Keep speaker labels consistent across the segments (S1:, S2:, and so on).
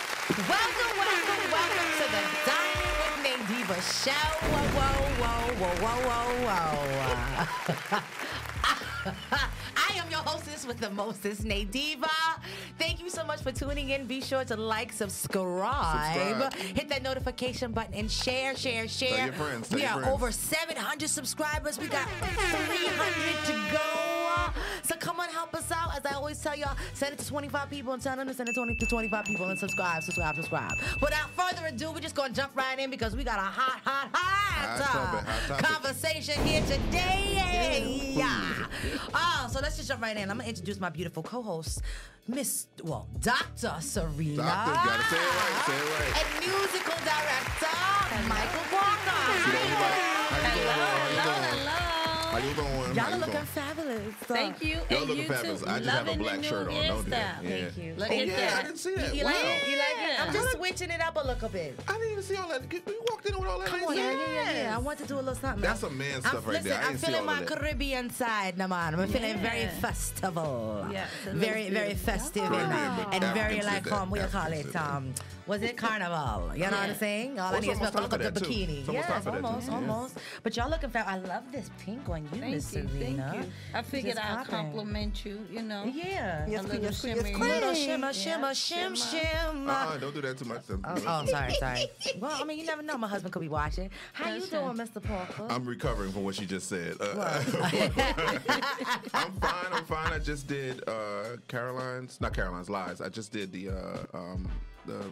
S1: Welcome, welcome, welcome to the Dining with Nate Diva show. Whoa, whoa, whoa, whoa, whoa, whoa, whoa. I am your hostess with the mostest, Nate Diva. Thank you so much for tuning in. Be sure to like, subscribe,
S2: Subscribe.
S1: hit that notification button, and share, share, share.
S2: your friends, tell
S1: we
S2: your
S1: are
S2: friends.
S1: over 700 subscribers. We got 300 to go. So come on, help us out. As I always tell y'all, send it to 25 people and tell them to send it to 20 to 25 people and subscribe, subscribe, subscribe. Without further ado, we're just going to jump right in because we got a hot, hot, hot,
S2: Hot topic,
S1: uh,
S2: hot topic.
S1: conversation here today. Yeah. Oh, so let's just jump right in. I'm going to introduce my beautiful co host, Miss, well, Dr. Serena.
S2: Doctor, gotta say it right, say it right.
S1: And musical director, Michael Walker.
S2: Hello, everybody. How you doing? How you doing?
S3: Hello, hello, hello.
S2: How you doing? How
S1: Y'all are
S2: you
S1: looking
S2: doing?
S1: fabulous.
S3: Thank you.
S2: Y'all
S3: and
S2: looking
S3: you
S2: fabulous.
S3: Too.
S2: I just have a
S3: Loving the
S2: black
S3: new
S2: shirt on. Don't do that.
S3: hairstyle.
S2: Yeah.
S3: Thank you. Look
S2: oh,
S3: at
S2: yeah,
S3: that.
S2: I didn't see that.
S1: You
S2: wow.
S1: like it? You like it? I'm just
S2: Yeah.
S1: switching it up a little bit.
S2: I didn't even see all that. You walked in with all that.
S1: Come on, yeah, yeah, yeah, yeah. I want to do a little something.
S2: That's
S1: I'm-
S2: some man
S1: I'm-
S2: stuff right
S1: listen,
S2: there. I
S1: I'm
S2: didn't see
S1: feeling
S2: all
S1: my
S2: of that.
S1: Caribbean side, Naman. I'm feeling very
S3: Yeah.
S1: festival.
S3: Yeah, so
S1: very,
S3: let's
S1: very
S3: do it.
S1: festive
S2: Caribbean,
S1: and,
S2: but
S1: and very
S2: Africans did
S1: like
S2: that.
S1: um, what you call
S2: Africans
S1: it?
S2: did that.
S1: Um, was it carnival? You know what I'm
S3: Yeah.
S1: saying? All
S2: Oh,
S1: I
S2: it's
S1: need is
S2: almost
S1: to look up
S2: time for
S1: the
S2: that, too.
S1: bikini.
S2: It's almost time
S1: yes,
S2: for that, too.
S1: almost,
S2: Yeah.
S1: almost. But y'all looking fab. I love this pink one. You, Miss
S3: Thank you.
S1: Serena.
S3: Thank you. I
S1: It's
S3: figured
S1: just
S3: I'll
S1: popping.
S3: compliment you, you know.
S1: Yeah.
S3: a little
S4: yes, yes,
S3: shimmery.
S4: queen.
S1: Little shimmer,
S3: Yeah,
S1: shimmer, shim, shim.
S2: Uh-uh, don't do that too much.
S1: Oh, oh, I'm sorry, sorry. Well, I mean, you never know. My husband could be watching. How you
S3: That's
S1: doing, Mr. Parker?
S2: I'm recovering from what she just said. Uh, I'm fine. I'm fine. I just did uh, Caroline's, not Caroline's Lies. I just did the uh, um, the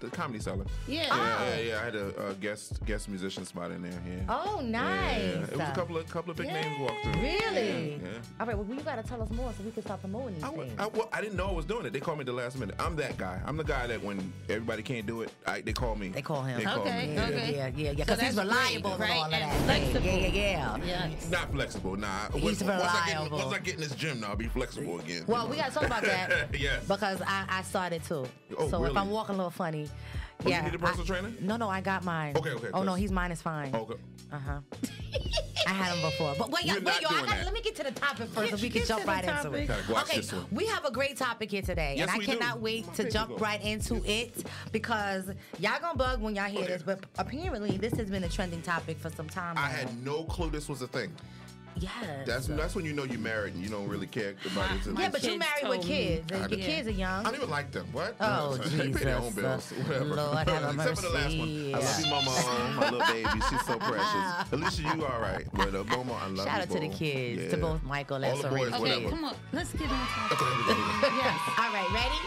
S2: the comedy cellar.
S3: Yeah.
S2: yeah, yeah, yeah. I had a, uh guest guest musician spot in there. Yeah.
S1: Oh, nice.
S2: Yeah, it was a couple of couple of big names walked through.
S1: Really?
S2: Yeah. yeah.
S1: All right. Well, you gotta tell us more so we can stop promoting these
S2: I, wa-
S1: things.
S2: I, well, I didn't know I was doing it. They called me at the last minute. I'm that guy. I'm the guy that when everybody can't do it, I, they call me.
S1: they call him.
S2: They call
S3: Okay,
S2: me.
S1: Yeah,
S2: yeah.
S3: okay.
S1: yeah, yeah, yeah.
S3: So
S1: Because he's
S3: that's great,
S1: reliable and
S3: right?
S1: all of
S3: And
S1: that.
S3: flexible.
S1: Yeah, yeah, yeah.
S3: Yes.
S2: Not flexible. Nah.
S1: He's
S2: once, once I get in,
S1: reliable.
S2: once I get in this gym, now I'll be flexible again.
S1: Well, we gotta talk about that.
S2: Yes.
S1: Because I, I started too.
S2: Oh,
S1: so if
S2: really?
S1: I'm walking a little funny,
S2: Oh, you
S1: yeah.
S2: need a personal
S1: I-
S2: trainer?
S1: No, no, I got mine.
S2: Okay, okay,
S1: Oh no,
S2: 'cause-
S1: he's mine is fine.
S2: Okay.
S1: Uh huh. I had him before, but wait, y'all-
S2: We're not
S1: wait, y'all. I
S2: doing
S1: gotta,
S2: that.
S1: let me get to the topic first,
S3: Get-
S1: so we can
S3: get
S1: jump
S3: to the
S1: right into
S3: topic.
S1: it.
S2: Gotta watch
S1: okay,
S2: this one.
S1: we have a great topic here today,
S2: Yes,
S1: and I
S2: we do.
S1: cannot wait
S2: My
S1: to
S2: face
S1: jump
S2: is off.
S1: right into it because y'all gonna bug when y'all hear
S2: Okay.
S1: this. But apparently, this has been a trending topic for some time.
S2: I
S1: now.
S2: had no clue this was a thing.
S1: yes.
S2: That's that's when you know you're married and you don't really care about it.
S1: yeah, but you
S3: kids
S1: married with
S3: told me.
S1: kids. and
S2: I
S1: Your
S2: did.
S1: kids are young.
S2: I don't even like them. What?
S1: Oh,
S2: they pay their own
S1: Jesus.
S2: bills. Whatever.
S1: Lord have
S2: Except for the last one. I love
S1: mercy.
S2: you, Mama. my little baby. She's so precious. Alicia, you all right. But uh, Momo, I love
S1: Shout
S2: you.
S1: out to the
S2: boo.
S1: kids, to
S2: Yeah.
S1: both Michael
S2: All
S1: and
S2: the boys,
S1: Serena's
S3: Okay,
S2: whatever.
S1: kids.
S3: come on. Let's get into it.
S2: Okay, here we go.
S3: Yes.
S1: All right, ready?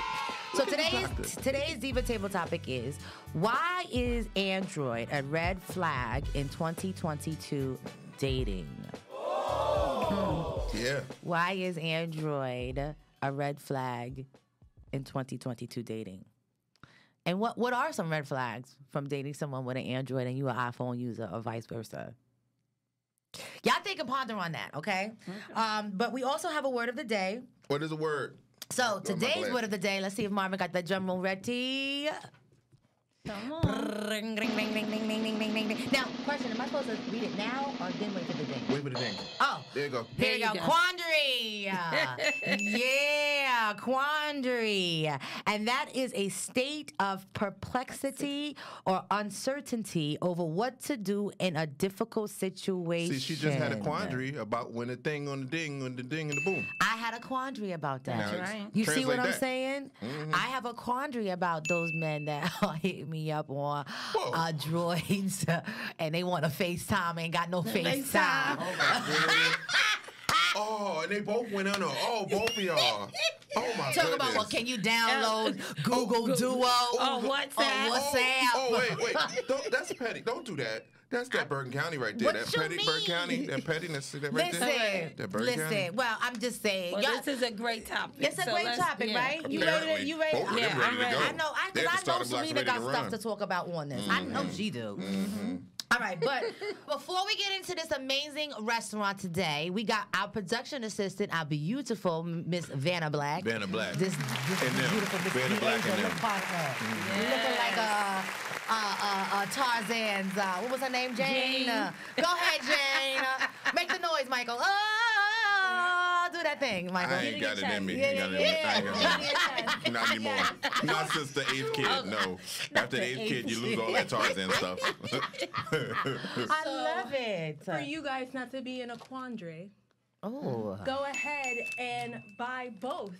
S1: So today's
S2: doctor.
S1: today's diva table topic is why is Android a red flag in 2022 dating?
S2: Yeah.
S1: Why is Android a red flag in 2022 dating? And what what are some red flags from dating someone with an Android and you an iPhone user or vice versa? Y'all think and ponder on that, okay? Um, but we also have a word of the day.
S2: What is the word?
S1: So
S2: my
S1: today's
S2: glad.
S1: word of the day. Let's see if Marvin got that drum roll ready.
S3: Come on.
S1: Ring, ring, ring, ring, ring, ring, ring, ring, ring, ring. Now, question: Am I supposed to read it now or then wait for the ding?
S2: Wait for the thing.
S1: Oh,
S2: There you go.
S1: here
S3: There
S1: you go.
S3: you go.
S1: Quandary. yeah, quandary. And that is a state of perplexity or uncertainty over what to do in a difficult situation.
S2: See, she just had a quandary about when the thing on the ding, on the ding and the boom.
S1: I had a quandary about that.
S2: Now,
S3: right.
S1: You see what
S2: translate
S1: I'm
S2: that. Mm-hmm.
S1: saying? I have a quandary about those men that hit me up on uh, droids and they want to FaceTime and got no FaceTime.
S3: FaceTime.
S2: oh, and they both went on. a- Oh, both of y'all. Oh my
S1: Talk
S2: goodness.
S1: about well, can you download Google Duo?
S3: Oh,
S1: or
S3: WhatsApp.
S1: WhatsApp?
S2: Oh, oh, wait, wait. Don't, that's petty. Don't do that. That's that Burton County right there.
S1: What
S2: that
S1: you
S2: petty Burton County.
S1: mean?
S2: That pettiness. That right there.
S1: Listen,
S2: That Burton County.
S1: listen. Well, I'm just saying.
S3: Well,
S1: y'all-
S3: this is a great topic.
S1: it's a
S3: so
S1: great
S3: let's-
S1: topic,
S3: yeah.
S1: right? You ready? to-
S2: Apparently,
S1: You ready?
S2: both of them
S3: Yeah,
S2: ready
S3: I'm
S2: to
S3: ready.
S2: go.
S1: I know. I,
S2: They
S1: cause
S2: at the
S1: I know
S2: starting blocks
S1: Serena
S2: ready
S1: got
S2: to
S1: stuff
S2: run. Mm-hmm.
S1: to talk about on this. I know she do. All right, but before we get into this amazing restaurant today, we got our production assistant, our beautiful Miss Vanna Black.
S2: Vanna Black.
S1: This, this
S2: And them.
S1: beautiful Miss
S2: Vanna Black Mm-hmm. and
S1: D'Angelo
S2: them.
S1: partner. Looking like a. Uh, uh, uh, Tarzan's, uh, what was her name? Jane.
S3: Jane.
S1: Go ahead, Jane. Make the noise, Michael. Oh, do do that thing, Michael.
S2: I ain't got it in me.
S1: Yeah,
S2: Ain't got it in me. I ain't got it in me. Not anymore. Not since the eighth
S1: Oh.
S2: kid. No. After the eighth kid, you lose all that Tarzan stuff.
S1: I
S4: So,
S1: love it.
S4: For you guys not to be in a quandary,
S1: Oh,
S4: go ahead and buy both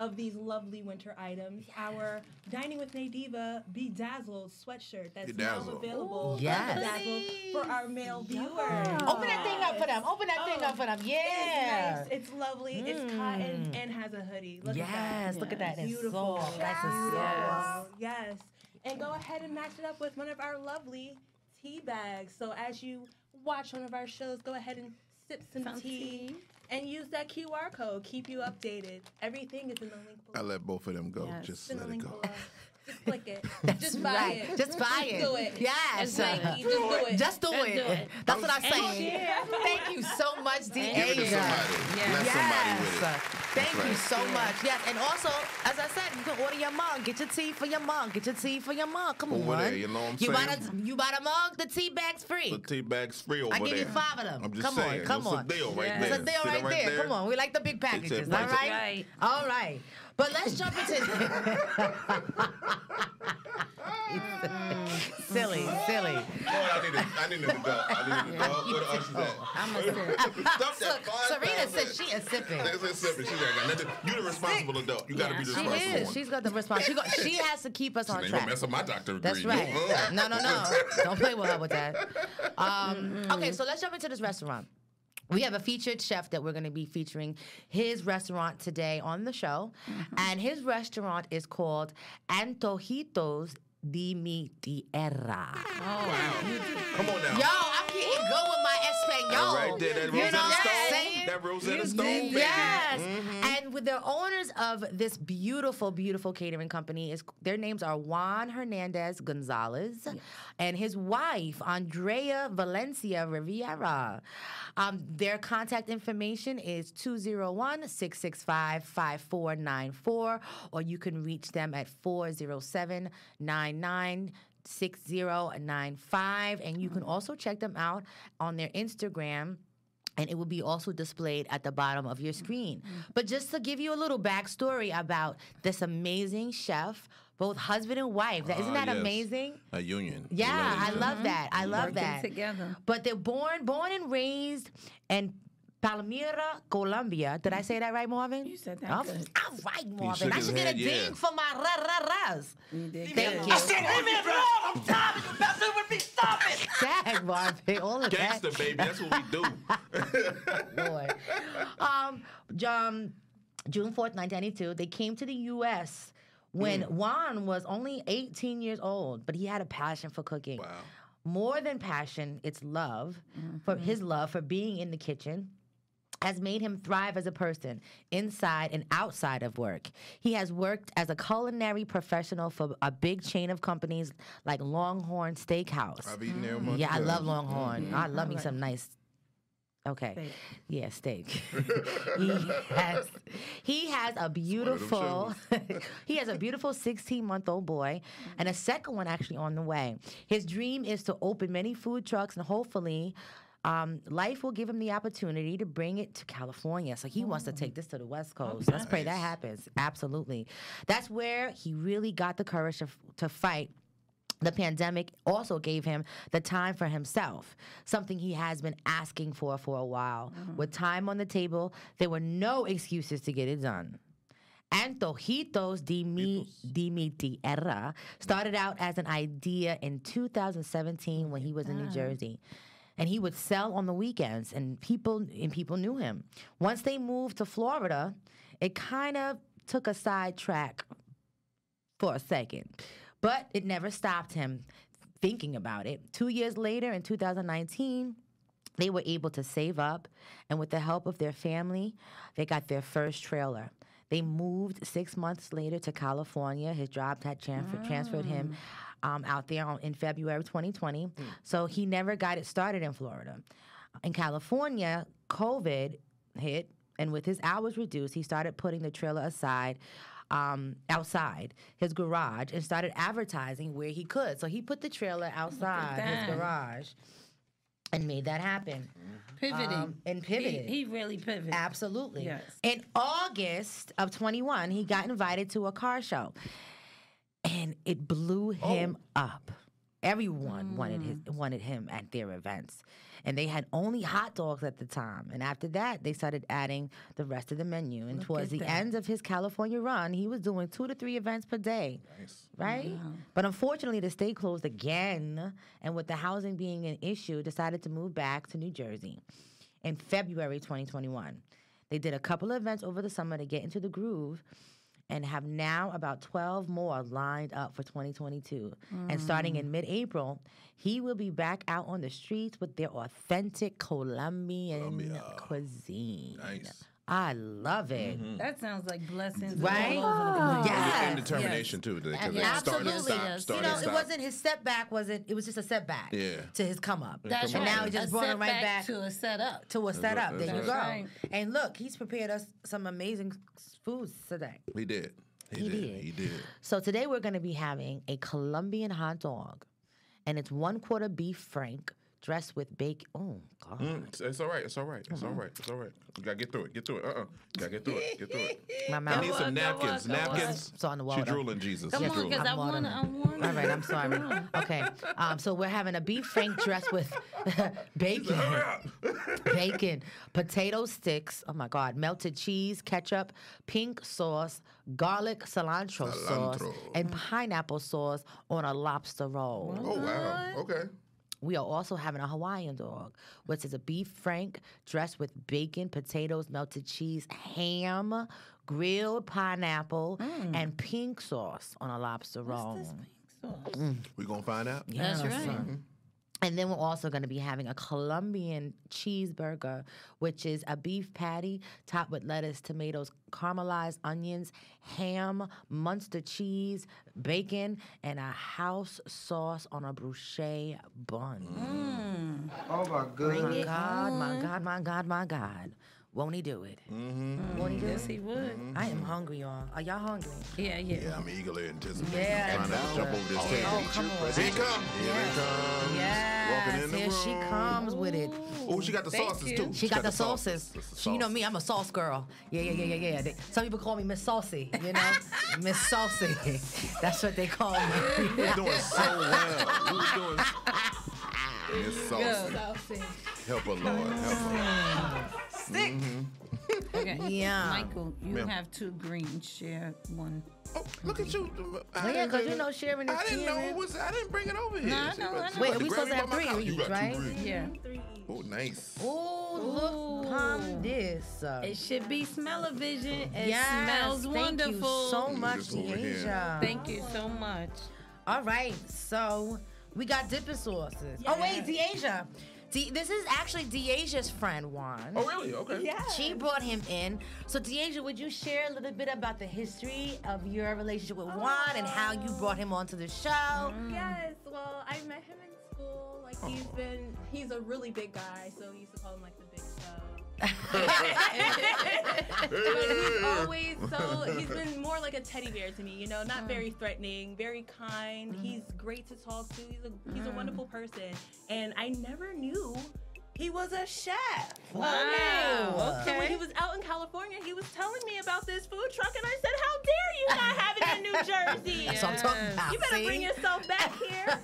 S4: of these lovely winter items. Our Dining with Nadiva Bedazzled sweatshirt that's now
S2: Bedazzled.
S4: available
S1: Ooh, Yes.
S4: Bedazzled for our male viewers.
S1: open that thing up for them. Open that thing
S4: Oh,
S1: up for them.
S4: It's
S1: Yeah. Mm.
S4: nice. It's lovely. It's cotton and has a hoodie. Look at
S1: Yes,
S4: that.
S1: look at that. It's
S4: Beautiful.
S1: soft. That's a
S4: Beautiful.
S1: soft.
S4: Yes. And go ahead and match it up with one of our lovely tea bags. So as you watch one of our shows, go ahead and sip some
S3: Some
S4: tea,
S3: tea.
S4: and use that QR code. Keep you updated. Everything is in the link below.
S2: I let both of them go.
S3: Yes.
S2: Just
S4: It's in the
S2: let it
S4: link
S2: go.
S4: below. Just click it. Just buy
S1: right.
S4: it.
S1: Just buy it.
S4: do it.
S1: Yes.
S3: It's Nike. Just do it.
S1: Just do
S3: Just
S1: it.
S3: do it.
S1: That's what I'm
S3: And
S1: saying.
S4: share.
S1: Thank you so much, D.
S2: Give it to somebody. Let somebody with it.
S1: Thank you
S2: right.
S1: so much. Yes, and also, as I said, you can order your mug. Get your tea for your mug. Get your tea for your mug. Come
S2: Over
S1: on.
S2: there, you know what I'm
S1: you Buy
S2: saying?
S1: the, you buy the mug, the tea bag's free.
S2: The tea bag's free over
S1: I
S2: there.
S1: give you five of them.
S2: I'm just
S1: come
S2: saying.
S1: on, come
S2: It's
S1: on.
S2: a deal right
S3: Yeah.
S2: there.
S1: It's a deal
S2: See that
S1: right, there. Come on, we like the big packages.
S2: It's a-
S1: All right?
S3: Right.
S1: all right. But let's jump into silly, silly.
S2: Boy, I need a, I need an adult. I need an adult. Where the usher's at?
S3: I'm a
S2: Ah, Stop
S3: sip.
S2: that
S1: Serena
S2: 5,000.
S1: said she is sipping.
S2: That's it, sipping. She got nothing. You the responsible adult. You got to
S3: Yeah.
S2: be the
S1: She
S2: responsible
S1: is.
S2: one.
S1: She's got the response. She, got, she has to keep us on
S2: Ain't
S1: track.
S2: gonna mess up my doctor
S1: That's
S2: degree.
S1: right.
S2: Uh-uh.
S1: No, no, no. Don't play with her with that. Um, okay, so let's jump into this restaurant. We have a featured chef that we're going to be featuring his restaurant today on the show. And his restaurant is called Antojitos de Mi Tierra.
S2: Come on now.
S1: Yo, I'm getting go with my Espanol.
S2: Right there, that
S1: you know
S2: Rosetta
S1: what I'm
S2: Stone.
S1: saying?
S2: That Rosetta
S1: You
S2: Stone,
S1: did-
S2: baby.
S1: Yes. And with the owners of this beautiful, beautiful catering company, is their names are Juan Hernandez Gonzalez and his wife, Andrea Valencia Riviera. Um, their contact information is 201 665 5494, or you can reach them at 407 99 6095 and you can also check them out on their Instagram and it will be also displayed at the bottom of your screen.
S3: Mm-hmm.
S1: But just to give you a little backstory about this amazing chef, both husband and wife, that, isn't
S2: Ah,
S1: that
S2: yes.
S1: amazing?
S2: A union.
S1: Yeah,
S2: Love
S1: I
S2: it.
S1: love that. I love
S3: Mm-hmm.
S1: that.
S3: Working together.
S1: But they're born, born and raised in Palmira, Colombia. Did I say that right, Marvin?
S3: Mm-hmm. You said that
S1: All
S3: good.
S1: all right, Marvin.
S2: shook
S1: I
S2: his
S1: should get a
S2: head, yeah.
S1: ding for my ra ra ras.
S3: You did
S1: Thank
S3: good.
S1: you.
S5: Leave me alone! I'm tired of you messing with me. Stop it.
S1: Dang, Marvin. All of that.
S2: Gangster, baby. That's what we do.
S1: Lord. Um, J- um, June 4th, 1992, they came to the U.S. when
S2: Mm.
S1: Juan was only 18 years old, but he had a passion for cooking.
S2: Wow.
S1: More than passion, it's love for his love for being in the kitchen has made him thrive as a person inside and outside of work. He has worked as a culinary professional for a big chain of companies like Longhorn Steakhouse.
S2: I've eaten there much.
S1: Mm. Yeah, I
S2: time.
S1: love Longhorn. I love me some nice. Okay. Yeah, steak. he has he has a beautiful he has a beautiful 16 month old boy and a second one actually on the way. His dream is to open many food trucks and hopefully um, life will give him the opportunity to bring it to California. So he wants to take this to the West Coast. Let's pray that happens. Absolutely. That's where he really got the courage to, f- to fight the pandemic also gave him the time for himself, something he has been asking for for a while. With time on the table, there were no excuses to get it done. Antojitos de mi, de mi tierra started out as an idea in 2017 when he was in New Jersey. And he would sell on the weekends and people and people knew him. Once they moved to Florida, it kind of took a sidetrack for a second. But it never stopped him thinking about it. Two years later, in 2019, they were able to save up, and with the help of their family, they got their first trailer. They moved six months later to California. His job had transfer- transferred him um, out there on, in February 2020. So he never got it started in Florida. In California, COVID hit, and with his hours reduced, he started putting the trailer aside um, outside his garage and started advertising where he could. So he put the trailer outside his
S3: that.
S1: garage and made that happen.
S3: Pivoting.
S1: Um, Ah. and
S3: He-
S1: pivoted.
S3: He, really pivoted.
S1: Absolutely.
S3: Yes.
S1: In August of 21, he got invited to a car show. And it blew him up. Everyone wanted his wanted him at their events. And they had only hot dogs at the time. And after that, they started adding the rest of the menu. And towards the end of his California run, he was doing two to three events per day right? But unfortunately, the state closed again, and with the housing being an issue, decided to move back to New Jersey in February 2021. They did a couple of events over the summer to get into the groove and have now about 12 more lined up for 2022. And starting
S3: Mm.
S1: in mid April, he will be back out on the streets with their authentic Colombian cuisine.
S2: Nice. Mm-hmm.
S1: I love it.
S3: That sounds like blessings.
S1: Right?
S3: All over the place.
S1: Yes.
S2: And determination too, because it started
S1: Absolutely.
S2: and
S1: yes.
S2: stopped. Started
S1: you know,
S2: and
S1: it
S2: stopped.
S1: wasn't his setback, wasn't it was just a setback
S2: Yeah.
S1: to his come up.
S2: That's
S1: and
S2: right.
S1: now he just
S3: a
S1: brought him right
S3: setback
S1: back
S3: to
S1: to,
S3: a setup.
S1: a setup.
S2: That's
S1: There you go.
S3: right.
S1: And look, he's prepared us some amazing s- foods today.
S2: He did. He,
S1: He
S2: did.
S1: did.
S2: He did.
S1: So today we're going to be having a Colombian hot dog, and it's one quarter beef frank dressed with bacon. Oh God!
S2: Mm, it's, it's all right. It's all right. It's
S1: Mm.
S2: all right. It's all right. You gotta get through it. Get through it. Uh uh Gotta get through it. Get through it.
S1: My
S2: I
S1: mouth.
S2: need some
S3: Come on, come
S2: napkins.
S3: on, come on.
S2: Napkins.
S1: It's on the wall,
S2: She
S1: though.
S2: drooling, Jesus.
S3: Come
S2: She
S3: on,
S2: drooling.
S3: because I
S1: I'm
S3: want to. I
S1: watering.
S3: want
S1: All right, I'm sorry. Okay, um, so we're having a beef frank dressed with bacon. bacon, potato sticks. Oh my God, melted cheese, ketchup, pink sauce, garlic cilantro, sauce,
S2: Cilantro.
S1: and pineapple sauce on a lobster roll.
S2: Oh wow. Okay.
S1: We are also having a Hawaiian dog, which is a beef frank dressed with bacon, potatoes, melted cheese, ham, grilled pineapple, and pink sauce on a lobster roll.
S2: We gonna find out.
S3: That's right.
S1: And then we're also going to be having a Colombian cheeseburger, which is a beef patty topped with lettuce, tomatoes, caramelized onions, ham, Munster cheese, bacon, and a house sauce on a bruschetta bun.
S6: Oh my goodness.
S1: God, my God, my God, my God. Won't he do it? Won't he do
S3: Yes,
S1: it?
S3: he would.
S1: I am hungry, y'all. Are y'all hungry?
S3: Yeah, yeah.
S2: Mm-hmm. Yeah, I'm eagerly anticipating.
S1: Yeah,
S2: I'm trying to jump over this table.
S1: Oh, come on.
S2: Here he comes. Here he comes. Walking in
S1: Yes,
S2: the
S1: here
S2: room.
S1: she comes with it.
S2: Oh, she got the
S3: Thank
S2: sauces
S3: you.
S2: too.
S1: She got the
S2: sauces.
S1: sauces. She, you know me, I'm a sauce girl. Yeah, yeah, yeah, yeah, yeah. They, some people call me Miss Saucy, you know? Miss Saucy. That's what they call me.
S2: You're doing so well. You're doing. Miss Saucy. Help her, Lord. Help her.
S3: Okay.
S1: Yeah.
S3: Michael, you
S2: Mm-hmm. Ma'am.
S3: have two green. Share one.
S2: Oh, look at you. I
S1: Well, Oh, yeah,
S2: didn't
S1: 'cause
S2: do
S1: you
S2: it.
S1: know sharing is
S2: I didn't know
S1: caring.
S2: it was. I didn't bring it over here.
S3: I
S2: She
S3: know,
S2: about-
S3: I
S2: she about
S3: know.
S1: Wait,
S2: to
S1: we
S2: grab
S1: supposed
S2: me
S1: to
S2: by
S1: have
S2: my
S1: three
S2: mouth. You
S1: each,
S2: got two
S1: right?
S2: green.
S3: Yeah.
S4: Three E. each.
S2: Oh, nice.
S1: Ooh, look, palm this.
S3: It should be smell-o-vision. It
S1: yes,
S3: smells
S1: thank
S3: wonderful.
S1: you so much,
S2: Just over here.
S1: Deasia.
S3: Thank you so much.
S1: All right, so we got dipping sauces. Oh wait, Deasia. De- this is actually Deasia's friend Juan.
S2: Oh, really? Okay.
S4: Yeah.
S1: She brought him in. So Deasia, would you share a little bit about the history of your relationship with Juan and how you brought him onto the show?
S4: Mm-hmm. Yes. Well, I met him in school. Like he's been, he's a really big guy, so we used to call him like the big show. but he's always so he's been more like a teddy bear to me. You know, not very threatening, very kind. He's great to talk to. He's a he's a wonderful person, and I never knew. He was a chef.
S3: Wow.
S4: So when he
S3: Oh, Okay.
S4: was out in California, he was telling me about this food truck, and I said, "How dare you not have it in New Jersey?"
S1: That's what I'm talking about.
S4: You better
S1: see?
S4: bring yourself back here.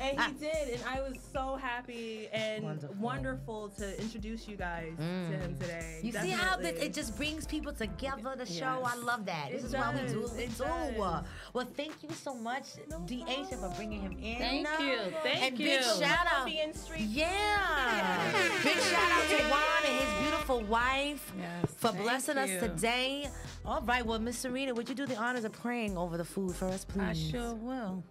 S4: and he did, and I was so happy and
S1: Wonderful.
S4: wonderful, to introduce you guys to him today.
S1: You see how this,
S4: Definitely.
S1: it just brings people together, the show? I
S3: Yes.
S1: love that. This
S4: It
S1: is why we do
S4: does,
S1: what we
S4: it
S1: do.
S4: does.
S1: Well, thank you so much, Deasia, for bringing him in.
S3: Thank you. Thank
S1: and
S3: you.
S1: big shout out.
S4: Colombian street.
S1: Yeah. Big shout out to Juan and his beautiful wife
S3: Yes,
S1: for
S3: thank
S1: blessing us
S3: you.
S1: today. All right, well, Miss Serena, would you do the honors of praying over the food for us, please?
S3: I sure will.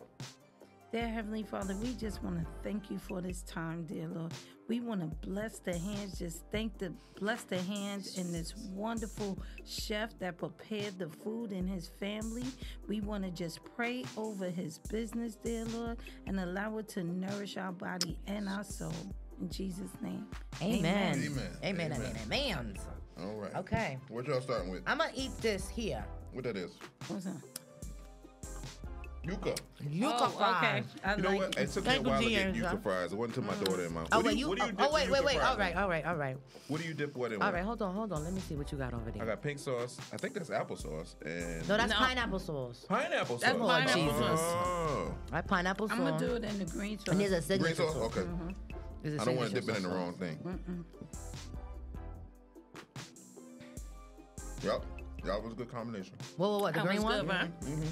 S3: Dear Heavenly Father, we just want to thank you for this time, dear Lord. We want to bless the hands, just thank the bless the hands and this wonderful chef that prepared the food and his family. We want to just pray over his business, dear Lord, and allow it to nourish our body and our soul. In Jesus' name.
S1: Amen.
S2: Amen.
S1: Amen. Amen.
S2: Amen.
S1: Amen.
S2: All right.
S1: Okay.
S2: What y'all starting with?
S1: I'm going to eat this here.
S2: What that is?
S3: What's up?
S2: Yuca.
S1: You
S3: Oh,
S1: can fry.
S3: okay. I
S2: You know
S3: like
S2: what?
S3: it.
S2: It took me a
S1: Thank you,
S2: while to get
S1: dear.
S2: yuca fries. It wasn't to my daughter and my.
S1: Oh
S2: What do
S1: wait,
S2: you-
S1: you.
S2: what do you
S1: oh,
S2: dip
S1: oh
S2: the
S1: wait,
S2: yuca
S1: wait, wait.
S2: fries
S1: All
S2: in?
S1: right, all right, all right,
S2: What do you dip what in?
S1: all
S2: what?
S1: right. Hold on, hold on. Let me see what you got over
S2: I
S1: there.
S2: got pink sauce. I think that's applesauce and
S1: no, that's
S3: No.
S1: pineapple sauce.
S2: pineapple sauce.
S3: That's pineapple
S1: sauce.
S2: Oh.
S1: All right, pineapple sauce.
S3: I'm gonna do it in the green sauce.
S1: And there's a
S2: Green
S1: signature
S2: sauce? Okay.
S1: Mm-hmm. There's a
S2: I don't want to
S1: signature
S2: dip it in the
S1: sauce.
S2: wrong thing. Yup. That was a good combination. Mm-hmm.
S1: Whoa, whoa, whoa. The
S3: That
S1: green
S3: was
S1: one.
S3: good, right?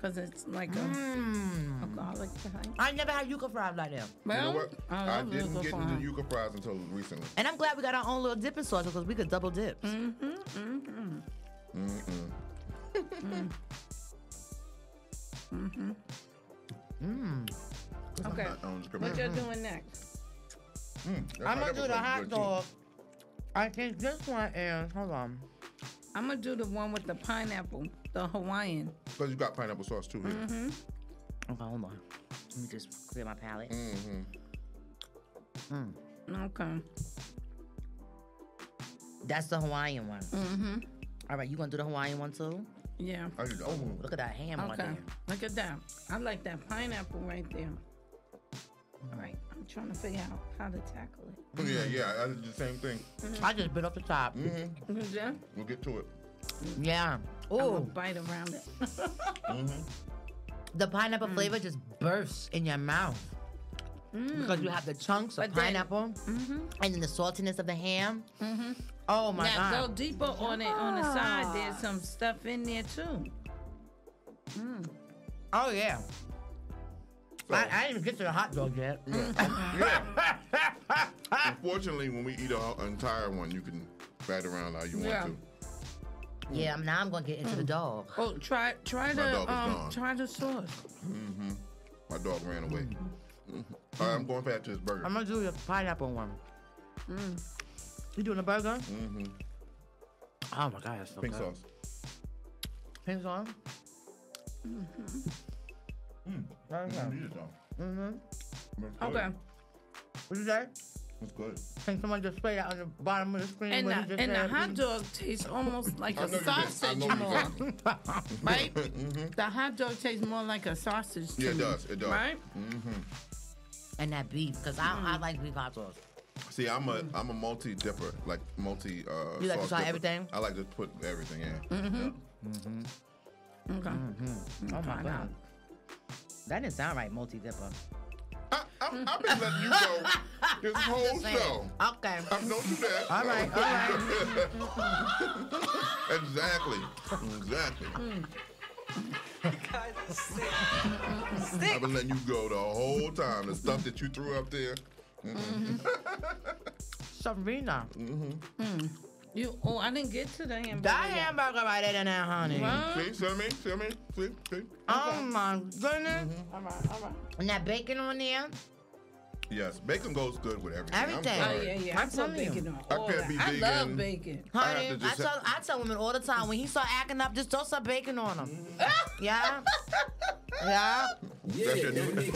S3: Cause it's like a, a garlic type.
S1: Mm. I never had yuca fries like oh, that.
S2: You know
S3: Well,
S2: what?
S3: I
S2: I,
S3: love
S2: didn't
S3: Luca
S2: get into
S3: Farm.
S2: yuca fries until recently.
S1: And I'm glad we got our own little dipping sauce because we could double dip.
S3: Mm-hmm, Okay.
S2: I don't discriminate.
S3: What you're doing next?
S2: Mm, that's
S1: I'm
S2: why
S1: gonna
S2: that
S1: do
S2: was
S1: the
S2: like
S1: hot
S2: good
S1: dog. I think this one is. Hold on.
S3: I'm gonna do the one with the pineapple, the Hawaiian.
S2: too. Cause you got pineapple sauce too here.
S1: Mm-hmm. Okay, hold on. Let me just clear my palate.
S2: Mm-hmm.
S3: Okay.
S1: That's the Hawaiian one. Mm-hmm. All right, you gonna do the Hawaiian one too?
S3: Yeah.
S2: I did. Oh,
S1: Look at that ham on
S3: Okay.
S1: there.
S3: Look at that. I like that pineapple right there. All right. I'm trying to figure out how to tackle it.
S2: yeah, yeah. I did the same thing.
S1: I just bit off the top.
S3: Yeah.
S2: We'll get to it.
S1: Yeah.
S3: I'm gonna
S1: Mm-hmm. Ooh,
S3: bite around it.
S2: Mm-hmm.
S1: the pineapple flavor just bursts in your mouth because you have the chunks of
S3: But then-
S1: pineapple and then the saltiness of the ham. Oh my
S3: now
S1: god.
S3: go deeper on it. On the side, there's some stuff in there too.
S1: Oh yeah. I, I didn't even get to the hot dog yet.
S2: Yeah. Unfortunately, when we eat an entire one, you can bat around how you
S3: Yeah.
S2: want to.
S1: Yeah, I'm, now I'm gonna get into the dog.
S3: Oh, try try
S2: My dog
S3: the
S2: is
S3: um,
S2: gone.
S3: try the sauce.
S2: My dog ran away. Mm-hmm. All right, I'm going back to this burger.
S1: I'm gonna do the pineapple one. Mm. You doing a burger? Mm-hmm. Oh my god, that's so
S2: Mm. Pink
S1: good.
S2: sauce.
S1: Pink sauce. Mm, Very
S2: I
S1: good.
S2: Mm-hmm. need it though.
S1: Mm-hmm.
S2: It's good.
S3: Okay.
S1: What you say?
S2: It's good.
S1: Can someone just say that on the bottom of the screen?
S3: And
S1: what you
S3: the,
S1: just
S3: and the
S1: said,
S3: hot
S1: please?
S3: dog tastes almost like
S2: I
S3: a
S2: know you did. I
S3: sausage
S2: know you
S3: more,
S2: did.
S3: right? The hot dog tastes more like a sausage. To
S2: Yeah, it
S3: me,
S2: does. It does.
S3: Right?
S1: and that beef, because I, I
S3: Mm.
S1: like beef hot sauce.
S2: See, I'm a I'm a multi dipper, like multi. Uh,
S1: You like to
S2: sauce
S1: try
S2: dipper.
S1: everything? Mm-hmm.
S2: I like to put everything in.
S3: Okay.
S1: Oh my
S3: Why
S1: god. That didn't sound right, multi dipper.
S2: I, I, I've been letting you go this whole show.
S1: Okay.
S2: I don't do that.
S1: All right, all right.
S2: Exactly. Exactly.
S1: Hmm.
S5: Guys, it's sick.
S2: I've been letting you go the whole time. The stuff that you threw up there.
S1: Sabrina.
S3: Mm-hmm. You oh, I didn't get to the hamburger.
S1: That
S3: yet.
S1: hamburger right there, and that honey.
S3: Huh?
S2: See, see what I mean? See what I mean? See, see?
S1: Oh my goodness. And that bacon on there.
S2: Yes, bacon goes good with everything.
S1: Everything.
S2: I'm
S3: Oh
S2: sorry.
S3: yeah, yeah.
S1: I'm
S3: I put
S1: telling you.
S3: bacon on
S2: I
S3: all
S2: can't
S3: that.
S2: be
S3: I love
S2: vegan.
S3: bacon.
S2: I have
S1: Honey,
S2: to
S1: I,
S2: just
S1: tell, I tell women all the time when he start acting up, just throw some bacon on him. yeah. Oh, Yeah.
S2: That's your new.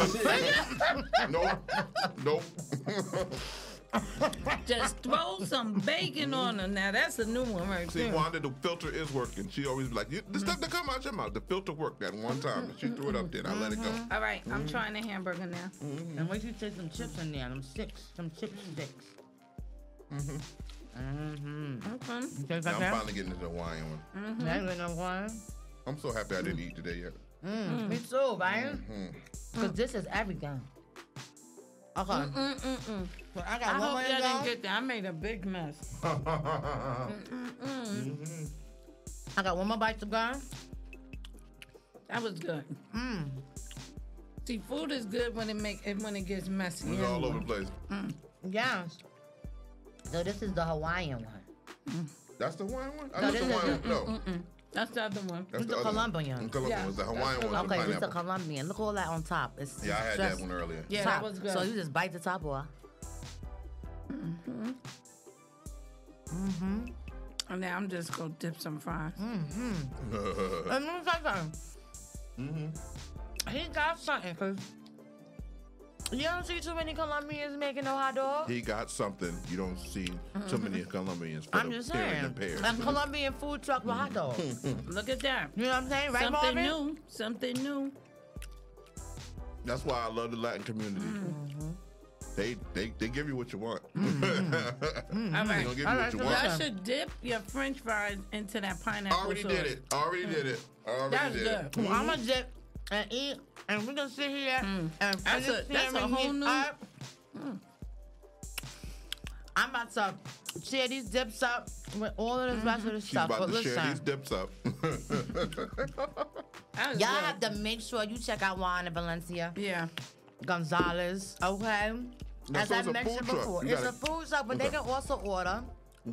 S2: nope. Nope.
S3: Just throw some bacon on them. Now that's a new one right
S2: See,
S3: there.
S2: Wanda, the filter is working. She always be like, you, the stuff that come out your mouth, the filter worked that one time. And she threw it up there, and I let it go.
S1: Mm-hmm.
S3: All right, I'm trying the hamburger now.
S1: And wait till you take some chips in there, them sticks, some chip sticks. Mm-hmm.
S3: Okay.
S2: Mm-hmm.
S1: You think
S2: Now
S1: like
S2: I'm
S1: that? Mm-hmm.
S2: finally getting into the Hawaiian one.
S1: Yeah, you know what?
S2: I'm so happy I didn't eat today yet. Mm-hmm.
S1: Me too, right? Because Mm. this is everything. Okay. So I got
S3: I
S1: one
S3: hope
S1: more
S3: y'all
S1: to
S3: didn't
S1: go.
S3: get that. I made a big mess.
S1: I got one more bite to go.
S3: That was good. Mm. See, food is good when it make it when it gets messy.
S2: It's all over the
S3: anyway.
S2: place.
S1: Yes. So this is the Hawaiian one.
S2: That's the Hawaiian one? I
S1: No,
S2: know the
S1: this
S2: Hawaiian one.
S1: is-
S2: No.
S3: Mm. That's the other one.
S2: That's
S1: It's the
S2: other one.
S1: Colombian.
S2: The Colombian
S3: Yeah.
S2: one. It's the Hawaiian one.
S1: Okay,
S2: with
S1: this is the
S2: pineapple.
S1: Colombian. Look all that on top. It's
S2: Yeah, I had
S1: just
S2: that one earlier.
S3: Yeah,
S1: top.
S3: that was good.
S1: So you just bite the top off.
S3: And now I'm just gonna dip some fries.
S1: And let me tell you something.
S2: Mm-hmm.
S1: He got something, cause you don't see too many Colombians making no hot dog.
S2: He got something you don't see too many Colombians for
S1: Mm-hmm. I'm
S2: the
S1: just
S2: hearing
S1: saying.
S2: impaired.
S1: A
S2: Hmm.
S1: Colombian food truck with hot dogs. You
S3: Look at that.
S1: know what I'm saying? Right,
S3: Something
S1: Marvin?
S3: new. Something new.
S2: That's why I love the Latin community.
S1: Mm-hmm.
S2: They, they they give you what you want.
S3: All
S2: they
S3: right.
S2: gonna give you
S1: Mm-hmm. All
S2: what
S1: right,
S2: you
S1: so
S2: want.
S3: Y'all should dip your French fries into that pineapple
S2: Already
S3: sauce.
S2: did it. Already did it. Already
S3: That's
S2: did it.
S3: good.
S1: Well, I'm gonna dip and eat, and we're gonna sit here and
S3: That's
S1: finish
S3: a- that's a
S1: tearing
S3: whole
S1: it
S3: new-
S1: up. Hmm. I'm about to share these dips up with all of this rest of the
S2: She's
S1: stuff.
S2: about
S1: But
S2: to share these
S1: listen,
S2: dips up.
S3: That was
S1: y'all
S3: good.
S1: have to make sure you check out Juan and Valencia
S3: Yeah.
S1: Gonzalez, okay?
S2: Now,
S1: As
S2: so
S1: I
S2: it's a
S1: mentioned
S2: food truck.
S1: before,
S2: You
S1: it's
S2: gotta-
S1: a food truck, but they
S2: Okay.
S1: can also order.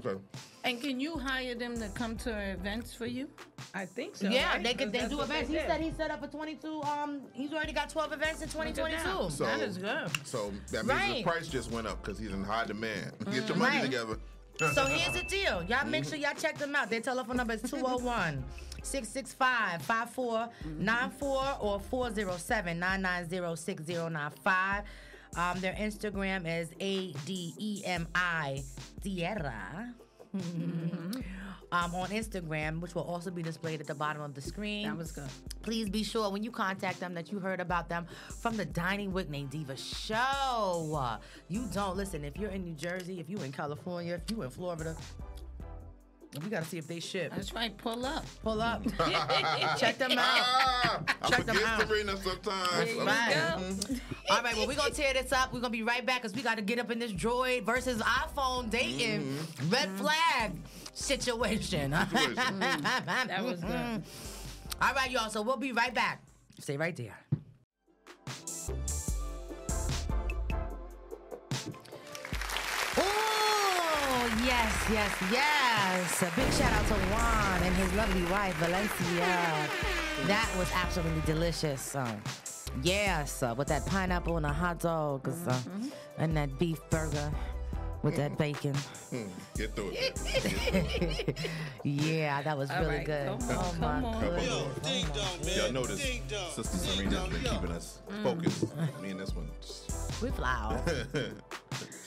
S2: okay.
S3: And can you hire them to come to our events for you? I think so.
S1: yeah,
S3: right?
S1: they could. They
S3: That's
S1: do
S3: what
S1: events.
S3: they
S1: He
S3: did.
S1: said he set up a 22. Um, he's already got 12 events in
S3: Look at that.
S1: 2022.
S2: So-
S3: that is good.
S2: So that means the
S1: Right. Mm-hmm.
S2: price just went up because he's in high demand. Get your money
S1: Right.
S2: together.
S1: So here's the deal. Y'all make sure y'all check them out. Their telephone number is 201 665 5494 or 407 990 6095. Um, their Instagram is A D E M I Tierra.
S3: Mm-hmm.
S1: um, on Instagram, which will also be displayed at the bottom of the screen.
S3: That was good.
S1: Please be sure when you contact them that you heard about them from the Dining with Nate Diva show. You don't listen if you're in New Jersey, if you in California, if you in Florida. We gotta see if they ship.
S3: That's right. Pull up.
S1: Pull up, check them out.
S2: Ah, I
S1: Check them
S2: forget
S1: out.
S2: Serena sometimes.
S1: Right. Mm-hmm. All right, well we're gonna tear this up. We're gonna be right back because we gotta get up in this Droid versus iPhone dating red flag
S2: Situation.
S1: situation.
S3: That was good.
S1: All right, y'all. So we'll be right back. Stay right there. Oh, yes, yes, yes. A big shout out to Juan and his lovely wife, Valencia. That was absolutely delicious. Um, yes, uh, with that pineapple and a hot dog uh,
S3: Mm-hmm.
S1: and that beef burger with that bacon.
S2: Get through it.
S1: yeah, that was
S3: All
S1: really
S3: right,
S1: good.
S3: come
S1: oh,
S3: on,
S1: my
S3: come on.
S1: goodness.
S5: Yo, ding dong, man.
S2: Y'all notice
S5: Ding dong.
S2: Sister
S5: ding
S2: Serena's
S5: dong,
S2: been
S5: yo.
S2: keeping us
S1: Mm.
S2: focused. Me and this one.
S1: We fly.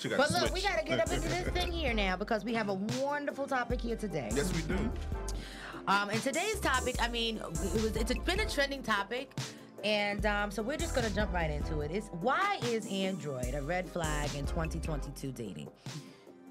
S2: she got
S1: But
S2: switched.
S1: look, we gotta get up into this thing here now because we have a wonderful topic here today.
S2: Yes, we do.
S1: Um, and today's topic, I mean, it was it's been a trending topic, and um, so we're just gonna jump right into it. It's why is Android a red flag in 2022 dating?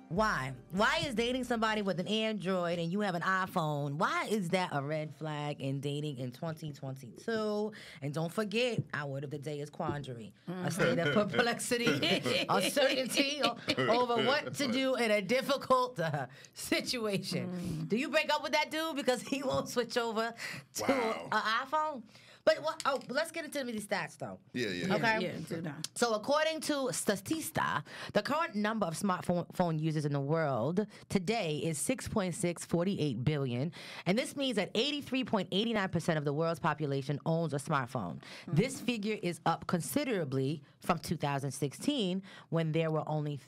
S1: Why? Why is dating somebody with an Android and you have an iPhone? Why is that a red flag in dating in 2022? And don't forget, our word of the day is quandary, a state of perplexity, uncertainty o- over what to do in a difficult uh, situation. Do you break up with that dude because he won't switch over to
S2: Wow.
S1: an iPhone? But what? Oh, let's get into these stats though.
S2: Yeah, yeah. yeah.
S1: Okay.
S3: Yeah, do that.
S1: So, according to Statista, the current number of smartphone phone users in the world today is 6.648 billion. And this means that 83.89% of the world's population owns a smartphone. This figure is up considerably from 2016 when there were only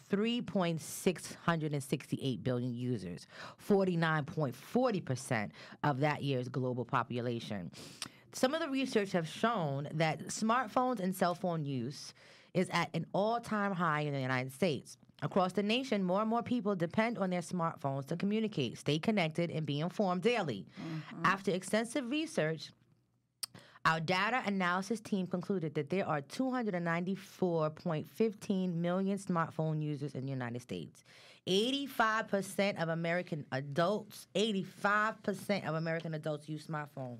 S1: 3.668 billion users, 49.40% of that year's global population some of the research have shown that smartphones and cell phone use is at an all-time high in the United States. Across the nation, more and more people depend on their smartphones to communicate, stay connected, and be informed daily. After extensive research, our data analysis team concluded that there are 294.15 million smartphone users in the United States. 85% of American adults, 85% of American adults use smartphones.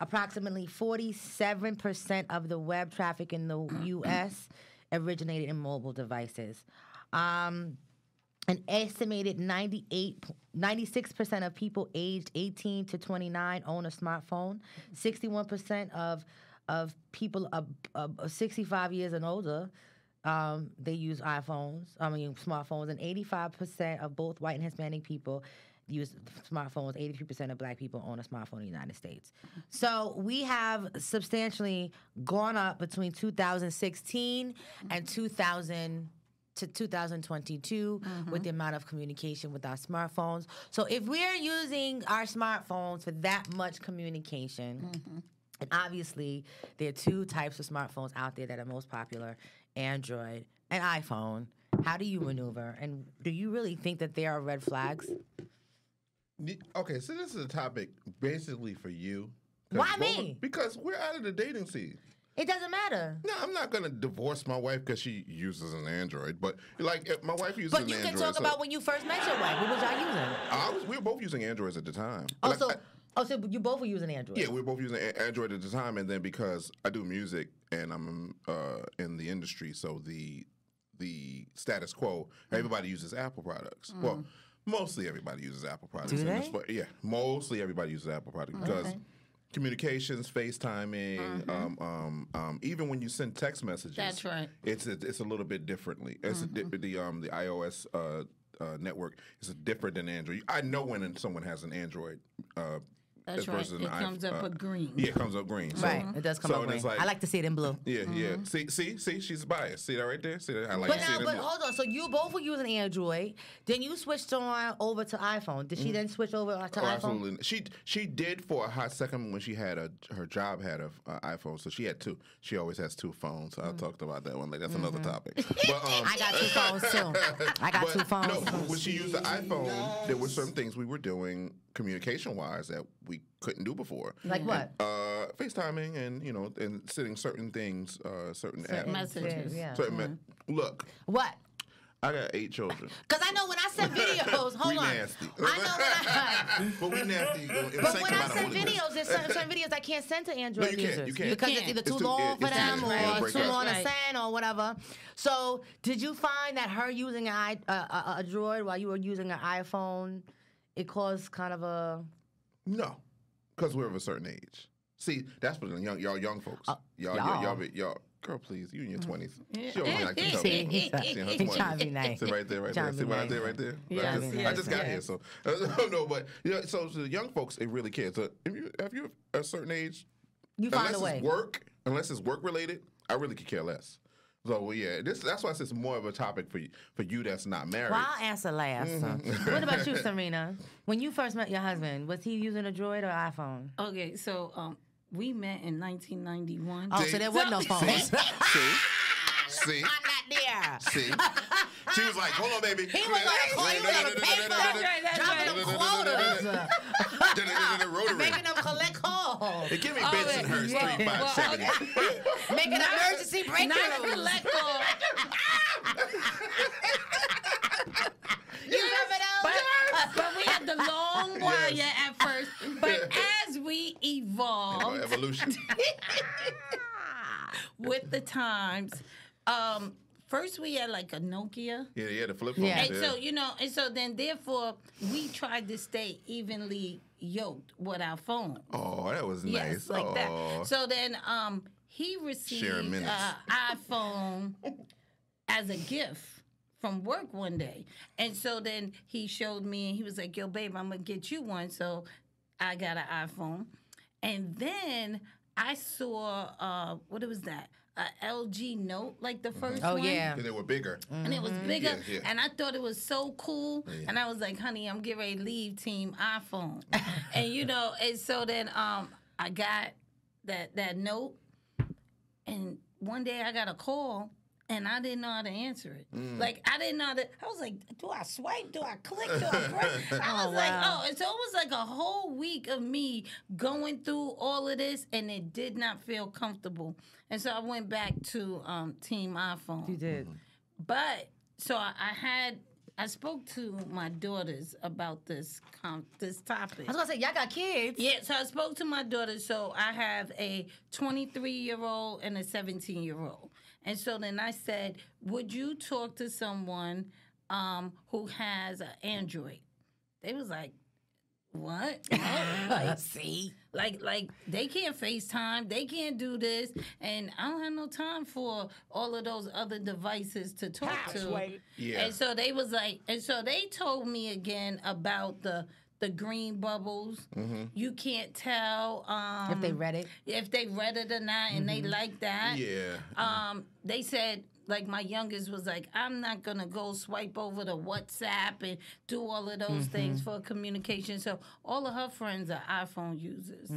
S1: Approximately 47% of the web traffic in the US originated in mobile devices. Um, an estimated 98, 96% of people aged 18 to 29 own a smartphone. 61% of, of people ab, ab- 65 years and older, um, they use iPhones, I mean, smartphones. And 85% of both white and Hispanic people use smartphones. 83% of black people own a smartphone in the United States. So we have substantially gone up between 2016 and 2000 to 2022 with the amount of communication with our smartphones. So if we're using our smartphones for that much communication, and obviously there are two types of smartphones out there that are most popular: Android and iPhone. How do you maneuver? And do you really think that there are red flags?
S2: Ne- Okay, so this is a topic basically for you. 'Cause
S1: Why
S2: both-
S1: me?
S2: Because we're out of the dating scene.
S1: It doesn't matter.
S2: No, I'm not gonna divorce my wife because she uses an Android. But like, if my wife uses
S1: But
S2: an
S1: you can
S2: Android.
S1: talk
S2: so
S1: about when you first met your wife. What was y'all using? Oh,
S2: I was, we were both using Androids at the time. Like,
S1: Also,
S2: I-
S1: also, you both were using Android.
S2: yeah, we were both using a- Android at the time, and then because I do music and I'm uh, in the industry, so the the status quo,
S1: Mm.
S2: everybody uses Apple products. Well, mostly everybody uses Apple products.
S1: Do
S2: in this
S1: they? Mm,
S2: part- yeah, mostly everybody uses Apple products because. Communications, FaceTiming,
S1: Mm-hmm.
S2: um, um, um, even when you send text messages,
S3: That's right.
S2: It's a, it's a little bit differently. It's a
S1: Mm-hmm.
S2: di- the um the iOS uh, uh, network is different than Android. I know when someone has an Android. Uh,
S3: That's
S2: as
S3: right.
S2: versus an
S3: It comes up
S2: iPhone.
S3: a green.
S2: Yeah, it comes up green. So,
S1: Right, it does come
S2: so
S1: up
S2: and
S1: green.
S2: it's
S1: I like to see it in blue.
S2: Yeah, yeah. See, see, see. She's biased. See that right there. See that? I like
S1: Mm-hmm. But
S2: to see
S1: now,
S2: it in
S1: but
S2: blue.
S1: hold on. So you both were using Android, then you switched on over to iPhone. Did she then switch over to
S2: Oh,
S1: iPhone?
S2: absolutely. She she did for a hot second when she had a her job had a uh, iPhone, so she had two. She always has two phones. I talked about that one. Like that's another topic. But, um,
S1: Mm-hmm. I got two phones too. I got
S2: but
S1: two phones.
S2: No, when she used the iPhone, there were some things we were doing communication wise that we couldn't do before.
S1: Like what?
S2: Uh, FaceTiming and you know and sending certain things, uh, certain, apps,
S3: messages.
S1: Yeah.
S2: certain
S1: Mm-hmm.
S2: me- look.
S1: What?
S2: I got eight children.
S1: Because I know when I said videos, hold
S2: we
S1: on.
S2: nasty.
S1: I know when I.
S2: but we nasty.
S1: But when I send videos, there's certain, certain videos I can't send to Android
S2: No, you can't,
S1: users
S2: you can't.
S1: because
S2: You
S1: it's either
S2: can't.
S1: too
S2: It's too-
S1: long
S2: it-
S1: for
S2: it's too-
S1: them
S2: it'll
S1: or
S2: break
S1: too
S2: up.
S1: long to
S3: Right.
S1: send or whatever. So, did you find that her using an i- a, a, a Droid while you were using an iPhone, it caused kind of a
S2: No, because we're of a certain age. See, that's what the young y'all young folks. y'all, y'all, y'all,
S1: y'all.
S2: be- y'all, girl, please, you in your twenties. She only like to tell
S1: See,
S2: me.
S1: he's trying-
S2: She in her
S1: he's trying to be
S2: 20s.
S1: nice.
S2: See right there, right
S1: Trying
S2: there.
S1: to
S2: See
S1: be
S2: what I
S1: nice.
S2: did right there?
S3: Yes,
S2: I just, I
S3: yes,
S2: just got here, so I don't know. But yeah, so the young folks, it really cares. So if you if you're a certain age,
S1: you
S2: unless
S1: find a way.
S2: it's work, unless it's work related, I really could care less. So well, yeah, this that's why it's more of a topic for you, for you that's not married.
S1: Well, I'll answer last. so.
S2: Mm-hmm.
S1: what about you, Serena? When you first met your husband, was he using a Droid or iPhone?
S3: Okay, so um, we met in 1991.
S1: Oh, so there was no
S2: See,
S1: phones.
S2: see, see,
S1: I'm not there.
S2: see. She was like, "Hold on, baby."
S1: He was on a call. He was on a
S3: right, that's
S1: paper, dropping them quotas,
S2: Rotary.
S1: making them collect calls.
S2: Hey, Give me Bensonhurst
S3: well,
S2: three five
S3: well,
S2: seven.
S1: Make an emergency breakthrough.
S3: Not collect call.
S1: You remember
S3: But, uh,
S1: those?
S3: but we had the long wire
S2: Yes.
S3: at first. But
S2: Yeah.
S3: as we evolved
S2: Evolution.
S3: with the times, um, first we had like a Nokia.
S2: Yeah, yeah, the flip phone.
S1: Yeah.
S3: And so, you know, and so then therefore we tried to stay evenly yoked with our phone.
S2: oh, that was
S3: Yes,
S2: nice.
S3: like
S2: Oh.
S3: that. So then um he
S2: Sharing
S3: received
S2: minutes.
S3: uh, iPhone as a gift from work one day. And so then he showed me and he was like, Yo, babe, I'm gonna get you one. So I got an iPhone. And then I saw uh what was that? A LG note, like
S2: Mm-hmm.
S3: the first
S1: Oh
S3: one
S1: yeah.
S2: And they were bigger.
S3: and it was bigger.
S2: Mm-hmm. Yeah, yeah.
S3: And I thought it was so cool. And I was like, honey, I'm getting ready to leave Team iPhone. and you know, and so then um I got that that note and one day I got a call and I didn't know how to answer it. Like I didn't know how to I was like, do I swipe? Do I click? Do I press? I was like, oh, it's almost like a whole week of me going through all of this and it did not feel comfortable. And so I went back to um, Team iPhone.
S1: You did.
S3: But so I, I had I spoke to my daughters about this com- this topic.
S1: I was gonna say y'all got kids.
S3: Yeah, so I spoke to my daughters. So I have a 23 year old and a 17 year old, and so then I said, "Would you talk to someone um, who has an Android?" They was like, "What?" No, like,
S1: See.
S3: like like they can't FaceTime, they can't do this, and I don't have no time for all of those other devices to talk to.
S2: Yeah.
S3: And so they was like, and so they told me again about the the green bubbles.
S2: Mm-hmm.
S3: You can't tell um,
S1: If they read it.
S3: if they read it or not, and they like that.
S2: Mm-hmm. Yeah.
S3: Um, they said like my youngest was like, I'm not gonna go swipe over to WhatsApp and do all of those things for communication. So all of her friends are iPhone users.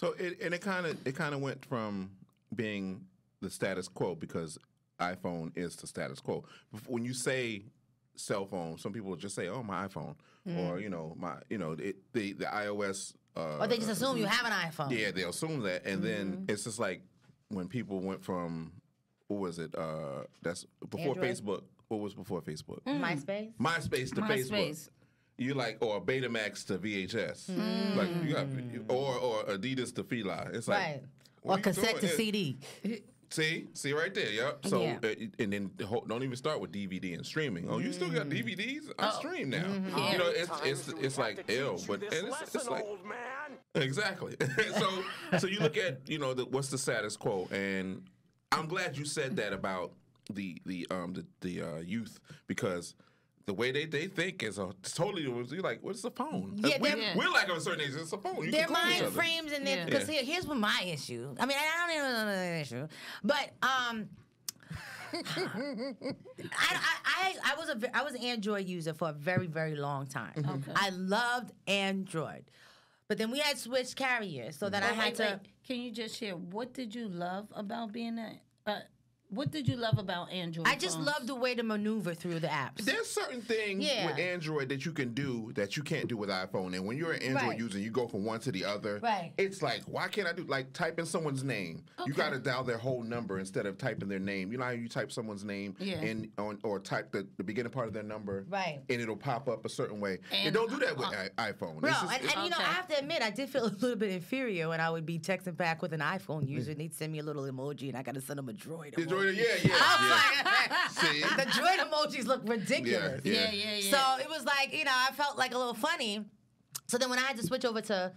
S2: So it and it kind of it kind of went from being the status quo because iPhone is the status quo. Bef- When you say cell phone, some people just say, "Oh, my iPhone," or you know, my you know, it, the the iOS. Uh,
S1: Or they just assume you have an iPhone.
S2: Yeah, they assume that, and then it's just like when people went from what was it? Uh, that's before
S1: Android?
S2: Facebook. What was before Facebook?
S1: MySpace.
S2: MySpace to
S3: MySpace.
S2: Facebook. You like or Betamax to VHS,
S3: Hmm.
S2: like you got, or or Adidas to Fila. It's like
S1: Right.
S2: what
S1: or
S2: you
S1: cassette
S2: doing?
S1: to
S2: It-
S1: CD.
S2: See, see right there. Yep. So
S3: Yeah.
S2: uh, and then the whole, don't even start with DVD and streaming. Oh, you still
S3: Mm.
S2: got DVDs? I
S3: Oh.
S2: stream now.
S3: Mm-hmm.
S2: You know, it's it's it's like ill, but and it's, it's like Exactly. so so you look at you know the, what's the status quo, and I'm glad you said that about the the um the, the uh, youth because. The way they, they think is a totally you're like what's the phone?
S1: Yeah,
S2: we're,
S1: they're-
S2: we're like of a certain age. It's a phone. You
S1: Their
S2: can call each
S1: mind
S2: other.
S1: frames and their because here, here's what my issue. I mean, I don't even know the issue, but um, I, I, I, I was a ve- I was an Android user for a very very long time. I loved Android, but then we had switched carriers,
S2: Mm-hmm.
S1: so that I had
S3: Wait,
S1: to.
S3: wait. Can you just share what did you love about being a? Uh, what did you love about Android?
S1: I just
S3: phones?
S1: loved the way to maneuver through the apps.
S2: There's certain things
S1: Yeah.
S2: with Android that you can do that you can't do with iPhone. And when you're an Android
S1: Right.
S2: user, you go from one to the other.
S1: Right.
S2: It's like, why can't I do like type in someone's name? You got to dial their whole number instead of typing their name. You know how you type someone's name
S3: Yeah.
S2: in on or type the, the beginning part of their number,
S1: Right. uh,
S2: And it'll pop up a certain way. And,
S3: And-
S2: don't do that with I- iPhone.
S1: Bro,
S2: It's just-
S1: and,
S2: it's-
S1: and you know, I
S3: Okay.
S1: have to admit, I did feel a little bit inferior when I would be texting back with an iPhone user and they'd send me a little emoji and I got to send them a droid.
S2: it's already-
S1: emoji.
S2: yeah, yeah,
S1: Oh
S2: yeah. See?
S1: the droid emojis look ridiculous.
S2: Yeah,
S3: Yeah, yeah, yeah.
S1: So it was like, you know, I felt like a little funny. So then when I had to switch over to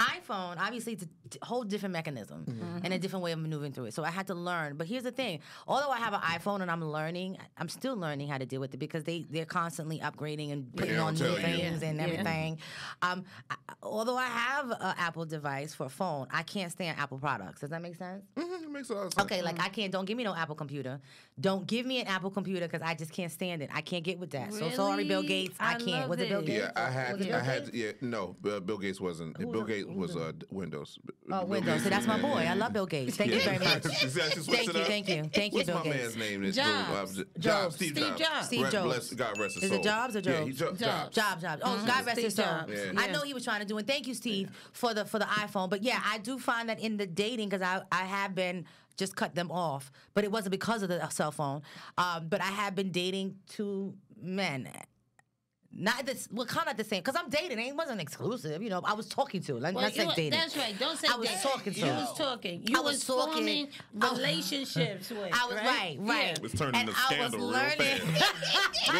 S1: iPhone, obviously it's a d- whole different mechanism and a different way of maneuvering through it. So I had to learn. But here's the thing: although I have an iPhone and I'm learning, I'm still learning how to deal with it because they they're constantly upgrading and putting
S2: they'll
S1: on
S2: tell
S1: new
S2: you.
S1: things
S3: Yeah.
S1: and
S3: Yeah.
S1: everything. Um, I, although I have an Apple device for a phone, I can't stand Apple products. Does that make sense?
S2: Mhm, makes a lot of sense.
S1: Okay, like I can't. Don't give me no Apple computer. Don't give me an Apple computer because I just can't stand it. I can't get with that. So sorry, Bill
S3: Really?
S1: Gates. I,
S3: I
S1: can't.
S3: love
S1: Was it Bill
S3: it.
S1: Gates?
S2: Yeah, I
S1: Was
S2: had,
S1: it Bill
S2: I had,
S1: Gates?
S2: yeah, no, uh, Bill Gates wasn't. Bill Gates was uh, d- Windows.
S1: Oh, Windows. So that's my boy. I love Bill Gates. Thank you very much. Thank you, thank you, thank you,
S2: What's
S1: Bill
S2: my man's
S1: Gates.
S2: name? That's
S3: Jobs.
S2: Jobs.
S1: Jobs.
S2: Steve
S3: Steve
S2: Jobs.
S3: Jobs.
S1: Steve
S2: Re-
S1: Jobs.
S2: bless- God rest his
S1: Is
S2: soul.
S1: it Jobs or
S2: Yeah, he
S1: Jobs?
S2: jo-
S3: Jobs.
S2: Jobs.
S1: Job, job. Oh, God rest
S3: Mm-hmm. Steve
S1: his soul.
S3: Jobs.
S2: Yeah.
S1: I know he was trying to do it. Thank you, Steve, for the for the iPhone. But yeah, I do find that in the dating because I I have been just cut them off, but it wasn't because of the uh, cell phone. Um, but I have been dating two men. Not this. Well, kind of the same because I'm dating. It wasn't exclusive, you know. I was talking to. Let,
S3: Well,
S1: let's say
S3: you-
S1: dating.
S3: That's right. Don't say
S1: I was
S3: that.
S1: talking to
S3: You
S1: him.
S3: was talking. You
S1: I was
S3: was, forming
S1: talking. I-
S3: relationships with.
S1: I was right, right.
S2: It's turning
S1: and
S2: to
S1: I
S2: scandal real
S1: was learning.
S2: Go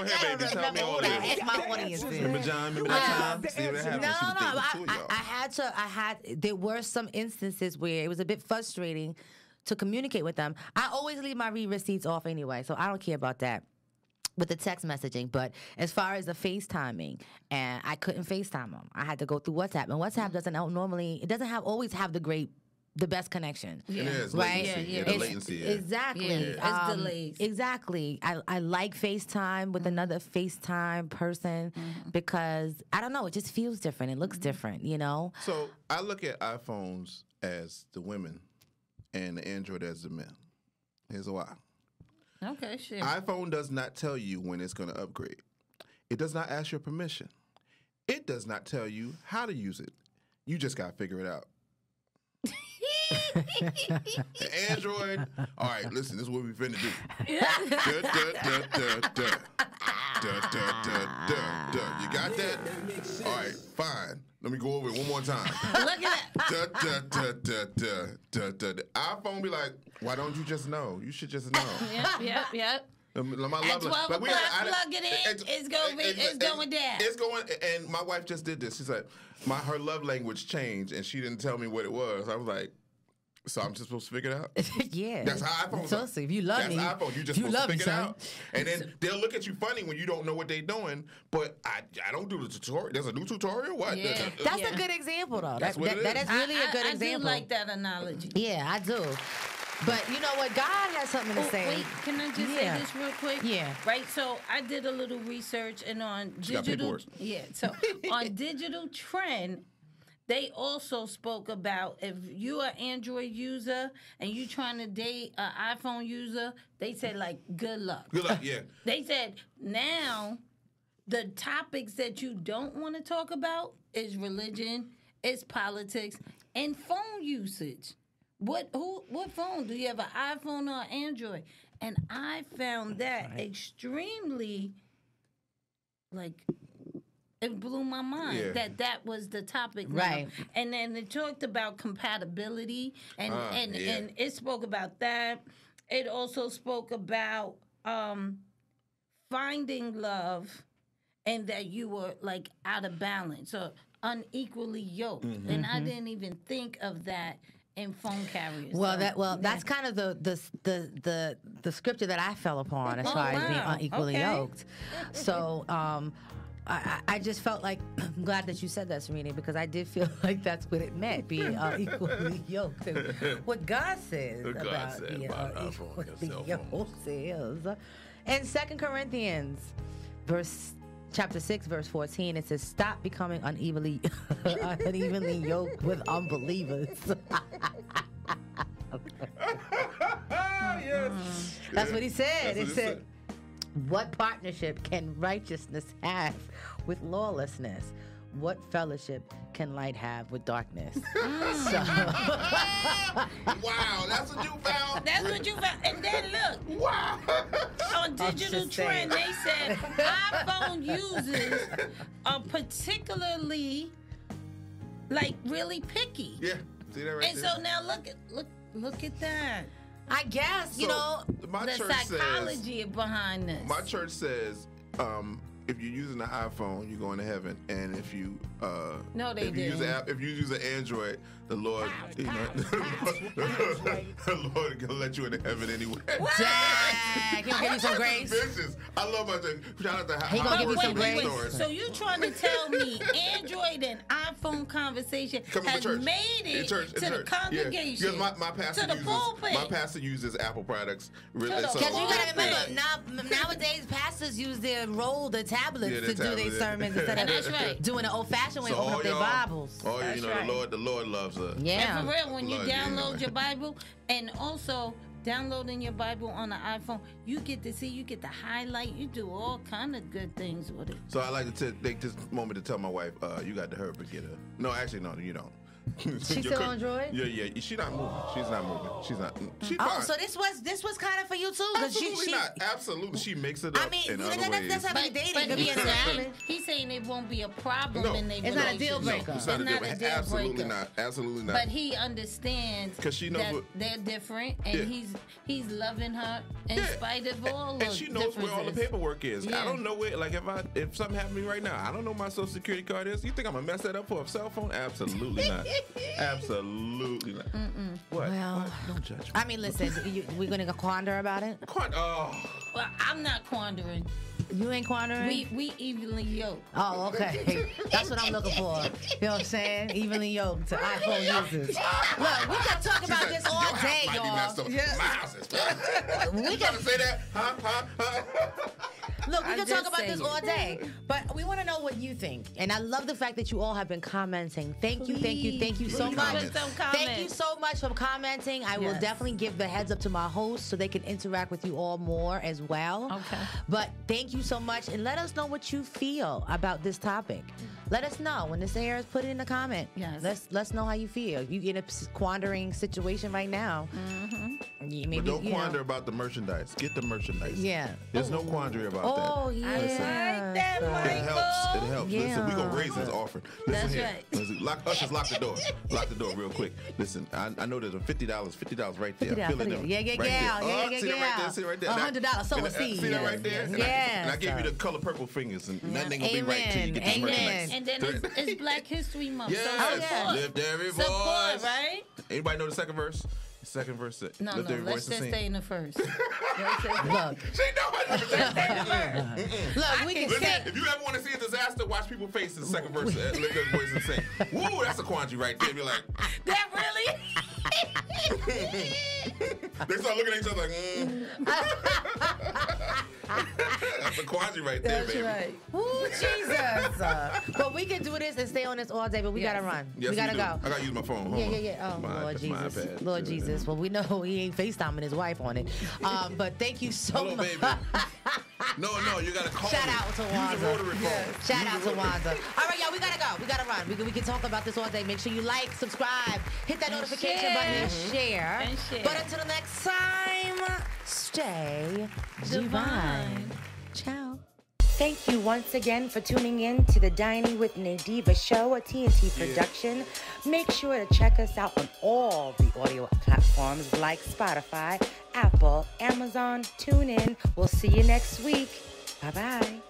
S2: ahead, baby. Tell me all
S1: that.
S2: this.
S1: It's my audience.
S2: Remember John? Remember
S1: Uh,
S2: that time? See what happened?
S1: No, no,
S2: She
S1: no.
S2: was
S1: I,
S2: dating two of
S1: I,
S2: y'all.
S1: I had to. I had. There were some instances where it was a bit frustrating to communicate with them. I always leave my read receipts off anyway, so I don't care about that. With the text messaging, but as far as the FaceTiming, and I couldn't FaceTime them. I had to go through WhatsApp, and WhatsApp doesn't out- normally. It doesn't have always have the great, the best connection.
S2: It is
S1: Right?
S2: latency. Yeah,
S3: yeah.
S2: the
S1: It's-
S2: latency. yeah.
S1: Exactly.
S3: Yeah. It's
S1: Um,
S3: delays. Mm-hmm.
S1: Exactly. I, I like FaceTime with another FaceTime person because I don't know, it just feels different. It looks
S3: Mm-hmm.
S1: different, you know?
S2: So I look at iPhones as the women and the Android as the men. Here's why.
S3: Okay, sure.
S2: iPhone does not tell you when it's going to upgrade. It does not ask your permission. It does not tell you how to use it. You just got to figure it out. Android. All right, listen. This is what we finna do. Duh, duh, duh, duh, duh. Duh, duh, duh, duh, duh. You got that? All right, fine. Let me go over it one more time
S3: Look at that.
S2: da, da, da, da, da, da, da, da. iPhone be like, why don't you just know? You should just know.
S3: Yep, yep, yep.
S2: Um, My love,
S3: At 12
S2: but we
S3: o'clock,
S2: had- I-
S3: plug it in. It's gonna be- it's going down.
S2: It's going. And my wife just did this. She's like, my her love language changed, and she didn't tell me what it was. I was like, so I'm just supposed to figure it out.
S1: yeah.
S2: That's how iPhones.
S1: So,
S2: are.
S1: so if you love
S2: That's
S1: me,
S2: iPhone. You just
S1: you
S2: supposed
S1: love
S2: to
S1: me,
S2: figure it
S1: son.
S2: out. And then they'll look at you funny when you don't know what they're doing. But I, I don't do the tutorial. There's a new tutorial. What?
S3: Yeah.
S2: There's a- uh,
S1: That's
S3: Yeah.
S1: a good example, though.
S2: That's
S1: That-
S2: what
S1: that-
S2: it
S1: that
S2: is.
S1: is really
S3: I,
S1: a good
S3: I,
S1: example.
S3: I do like that analogy.
S1: Yeah, I do. But you know what? God has something to
S3: Oh,
S1: say.
S3: wait, can I just
S1: Yeah.
S3: say this real quick?
S1: Yeah.
S3: Right. So I did a little research and on
S2: got
S3: digital.
S2: paperwork.
S3: Yeah. So on digital trend, they also spoke about if you're an Android user and you trying to date an iPhone user, they said like good luck.
S2: Good luck. Yeah.
S3: They said now the topics that you don't want to talk about is religion, is politics, and phone usage. What who what phone? Do you have an iPhone or Android? And I found that extremely like it blew my mind
S2: Yeah.
S3: that that was the topic now.
S1: Right.
S3: and then it talked about compatibility and
S2: Ah,
S3: and,
S2: yeah.
S3: and it spoke about that it also spoke about um finding love and that you were like out of balance or unequally yoked and
S2: Mm-hmm.
S3: i didn't even think of that in phone carriers
S1: Well,
S3: So,
S1: that well,
S3: yeah.
S1: that's kind of the the the the, the scripture that I fell upon as
S3: Oh,
S1: far as being
S3: wow.
S1: unequally
S3: Okay.
S1: yoked. So, um, I, I I just felt like I'm glad that you said that, Serena, because I did feel like that's what it meant being unequally yoked. And what God says
S2: What God
S1: about
S2: said
S1: being
S2: about our phone and
S1: unequally
S2: cell phones.
S1: yoked is, in Second Corinthians, verse. Chapter 6, verse 14, it says, Stop becoming unevenly, unevenly yoked with unbelievers.
S2: yes.
S1: That's what he
S2: That's what
S1: said. It said, What partnership can righteousness have with lawlessness? What fellowship can light have with darkness? so,
S2: wow, that's what you found.
S3: that's what you found and then look
S2: wow.
S3: on
S1: I'm
S3: digital
S1: just saying.
S3: trend, they said iPhone users are particularly like really picky.
S2: yeah. See that right
S3: And
S2: there?
S3: so now look at look look at that.
S1: I guess, you
S2: So,
S1: know,
S2: my
S3: the
S2: church says
S3: psychology behind this.
S2: my church says um, if you're using the iPhone, you're going to heaven, and if you uh,
S3: No, they
S2: if you use
S3: didn't.
S2: a, if you use an Android, the Lord, you know, the Lord gonna let you into heaven anyway.
S1: Jack, he'll give you some grace.
S2: Vicious. I love my church. Shout out to Hi-
S1: He gonna
S2: Hi-
S1: give you
S2: Hi-
S1: some
S2: Hi-
S1: grace.
S2: Stories.
S3: So you trying to tell me Android and iPhone conversation
S2: Coming from
S3: has
S2: church.
S3: made
S2: In
S3: it
S2: church, in
S3: to the
S2: church. Yeah.
S3: congregation,
S2: Because my, my pastor
S3: to the
S2: uses
S3: pulpit.
S2: my pastor uses Apple products. Really,
S3: the
S2: so
S1: Because you gotta
S3: Well,
S1: remember,
S3: okay.
S1: now, nowadays pastors use their roll, their tablets
S2: Yeah, their
S1: to do
S2: tablets,
S1: their
S2: yeah.
S1: sermons instead of
S3: That's right.
S1: doing an old fashioned way,
S2: so
S1: open
S2: all
S1: up their
S2: y'all-
S1: Bibles.
S2: all you know,
S4: right.
S2: the Lord, the Lord loves us.
S1: Yeah.
S3: And for real, when you
S2: Blood, yeah.
S3: download your Bible and also downloading your Bible on the iPhone, you get to see, you get to highlight, you do all kind of good things with it.
S2: So I like to t- take this moment to tell my wife, uh, you got to hurry up and get her. No, actually, no, you don't. She's
S1: still on droid?
S2: Yeah, yeah. She's not moving. She's not moving. She's not. She
S1: Oh,
S2: fine.
S1: so this was this was kind of for you too, because she,
S2: absolutely
S1: she
S2: not. Absolutely, she makes it up
S1: I mean,
S2: in
S1: you know,
S2: other
S1: that-
S2: ways.
S1: that's- that's how-
S3: But,
S1: dating
S3: but
S1: could be
S3: he's,
S1: an
S3: saying,
S1: island.
S3: he's saying it won't be a problem
S2: No.
S3: in their
S1: It's not a deal
S3: relationship.
S1: breaker.
S2: it's not a deal. breaker. absolutely
S3: breaker.
S2: not. Absolutely not.
S3: But he understands
S2: 'Cause she knows
S3: that
S2: what-
S3: they're different, and
S2: Yeah.
S3: he's he's loving her in
S2: Yeah.
S3: spite of
S2: And-
S3: all.
S2: and,
S3: the
S2: she knows where all the
S3: differences.
S2: paperwork is.
S3: Yeah.
S2: I don't know where. Like if I if something happened to me right now, I don't know my social security card is. You think I'm gonna mess that up for a cell phone? Absolutely not. Absolutely not. What?
S1: Well,
S2: What? Don't judge me.
S1: I mean, listen, you, we're gonna quander about it.
S2: Quan- oh,
S3: Well, I'm not quandering.
S1: You ain't quandering.
S3: We we evenly yoked.
S1: Oh, okay. That's what I'm looking for. You know what I'm saying? Evenly yoked to iPhone users. Look, we can talk about this
S2: Your
S1: all
S2: house
S1: day,
S2: might be messed
S1: y'all.
S2: up.
S1: Yeah.
S2: My house is. you
S1: got-
S2: gotta say that? Huh? Huh? Huh?
S1: Look, we
S3: I'm
S1: can
S3: just
S1: talk about this
S3: saying.
S1: all day, but we want to know what you think. And I love the fact that you all have been commenting. Thank you, thank you, thank you so
S2: Please.
S1: much.
S2: Put some
S1: Thank you so much for commenting. I will
S3: Yes.
S1: definitely give the heads up to my hosts so they can interact with you all more as well.
S3: Okay.
S1: But thank you so much, and let us know what you feel about this topic. Let us know when this airs. Put it in the comment.
S3: Yes.
S1: Let's let's know how you feel. You in a s- quandering situation right now. Mm-hmm. Maybe,
S2: But don't
S1: you know.
S2: quander about the merchandise. Get the merchandise.
S1: Yeah.
S2: There's no quandary about that.
S1: Oh yeah.
S3: like that,
S1: So-
S2: It helps. It helps. Listen, we
S1: Yeah.
S2: gonna raise this offering. Listen
S3: That's
S2: here.
S3: right.
S2: Listen, lock, ushers, lock the door. Lock the door real quick. Listen, I, I know there's a fifty dollars, fifty dollars right there.
S1: $50,
S2: I feel it
S1: $50.
S2: there.
S1: Yeah, yeah,
S2: right
S1: yeah,
S2: There.
S1: yeah,
S2: Uh,
S1: yeah,
S2: see that right
S1: yeah.
S2: there. See it right there.
S1: A
S2: And I-
S1: $100 sow
S2: and
S1: a
S2: I- See
S1: seed.
S2: that right there. And I-
S1: Yes.
S2: And I gave you the
S1: Yes.
S2: color purple fingers, and nothing ain't gonna be right till you get this
S1: Amen.
S2: merchandise.
S3: And then it's, it's Black History Month.
S2: Yes.
S3: So support.
S1: Oh,
S2: Lift every voice.
S3: Support, right?
S2: Anybody know the second verse? The second verse. said,
S3: No,
S2: Lift
S3: no.
S2: every voice
S3: Let's just
S2: and
S3: stay
S2: sing.
S3: in the first.
S1: Look,
S2: She know I never said that.
S1: look, we can
S2: Listen,
S1: say
S2: if you ever want to see a disaster, watch people face the second verse, uh, lift their voice and sing. Woo, that's a quandary right there. Be like,
S3: that really?
S2: They start looking at each other like, mm. That's a quandary right there, baby.
S1: Ooh, Jesus. Uh, but we can do this and stay on this all day, but we
S3: Yes.
S1: gotta run.
S2: Yes,
S1: we gotta
S2: do.
S1: go.
S2: I gotta use my phone. Hold
S1: Yeah, yeah,
S2: on.
S1: yeah. Oh,
S2: My
S1: Lord
S2: iPad- my
S1: Jesus.
S2: iPad.
S1: Lord
S2: Yeah.
S1: Jesus. Well, we know he ain't FaceTiming his wife on it. Um, but thank you so
S2: Hello,
S1: much.
S2: baby. No, no, you gotta call.
S3: Shout
S2: me.
S3: out to
S2: Use
S3: Wanda.
S2: the rotary phone.
S3: Shout out to Wanda. All right, y'all, we gotta go. We gotta run. We can, we can talk about this all day. Make sure you like, subscribe, hit that notification
S7: share. Mm-hmm.
S3: button, and share.
S7: And share.
S3: But until the next time, stay divine. Ciao.
S1: Thank you once again for tuning in to the Dining with Nadiva show, a TNT production. Make sure to check us out on all the audio platforms like Spotify, Apple, Amazon, TuneIn. We'll see you next week. Bye bye.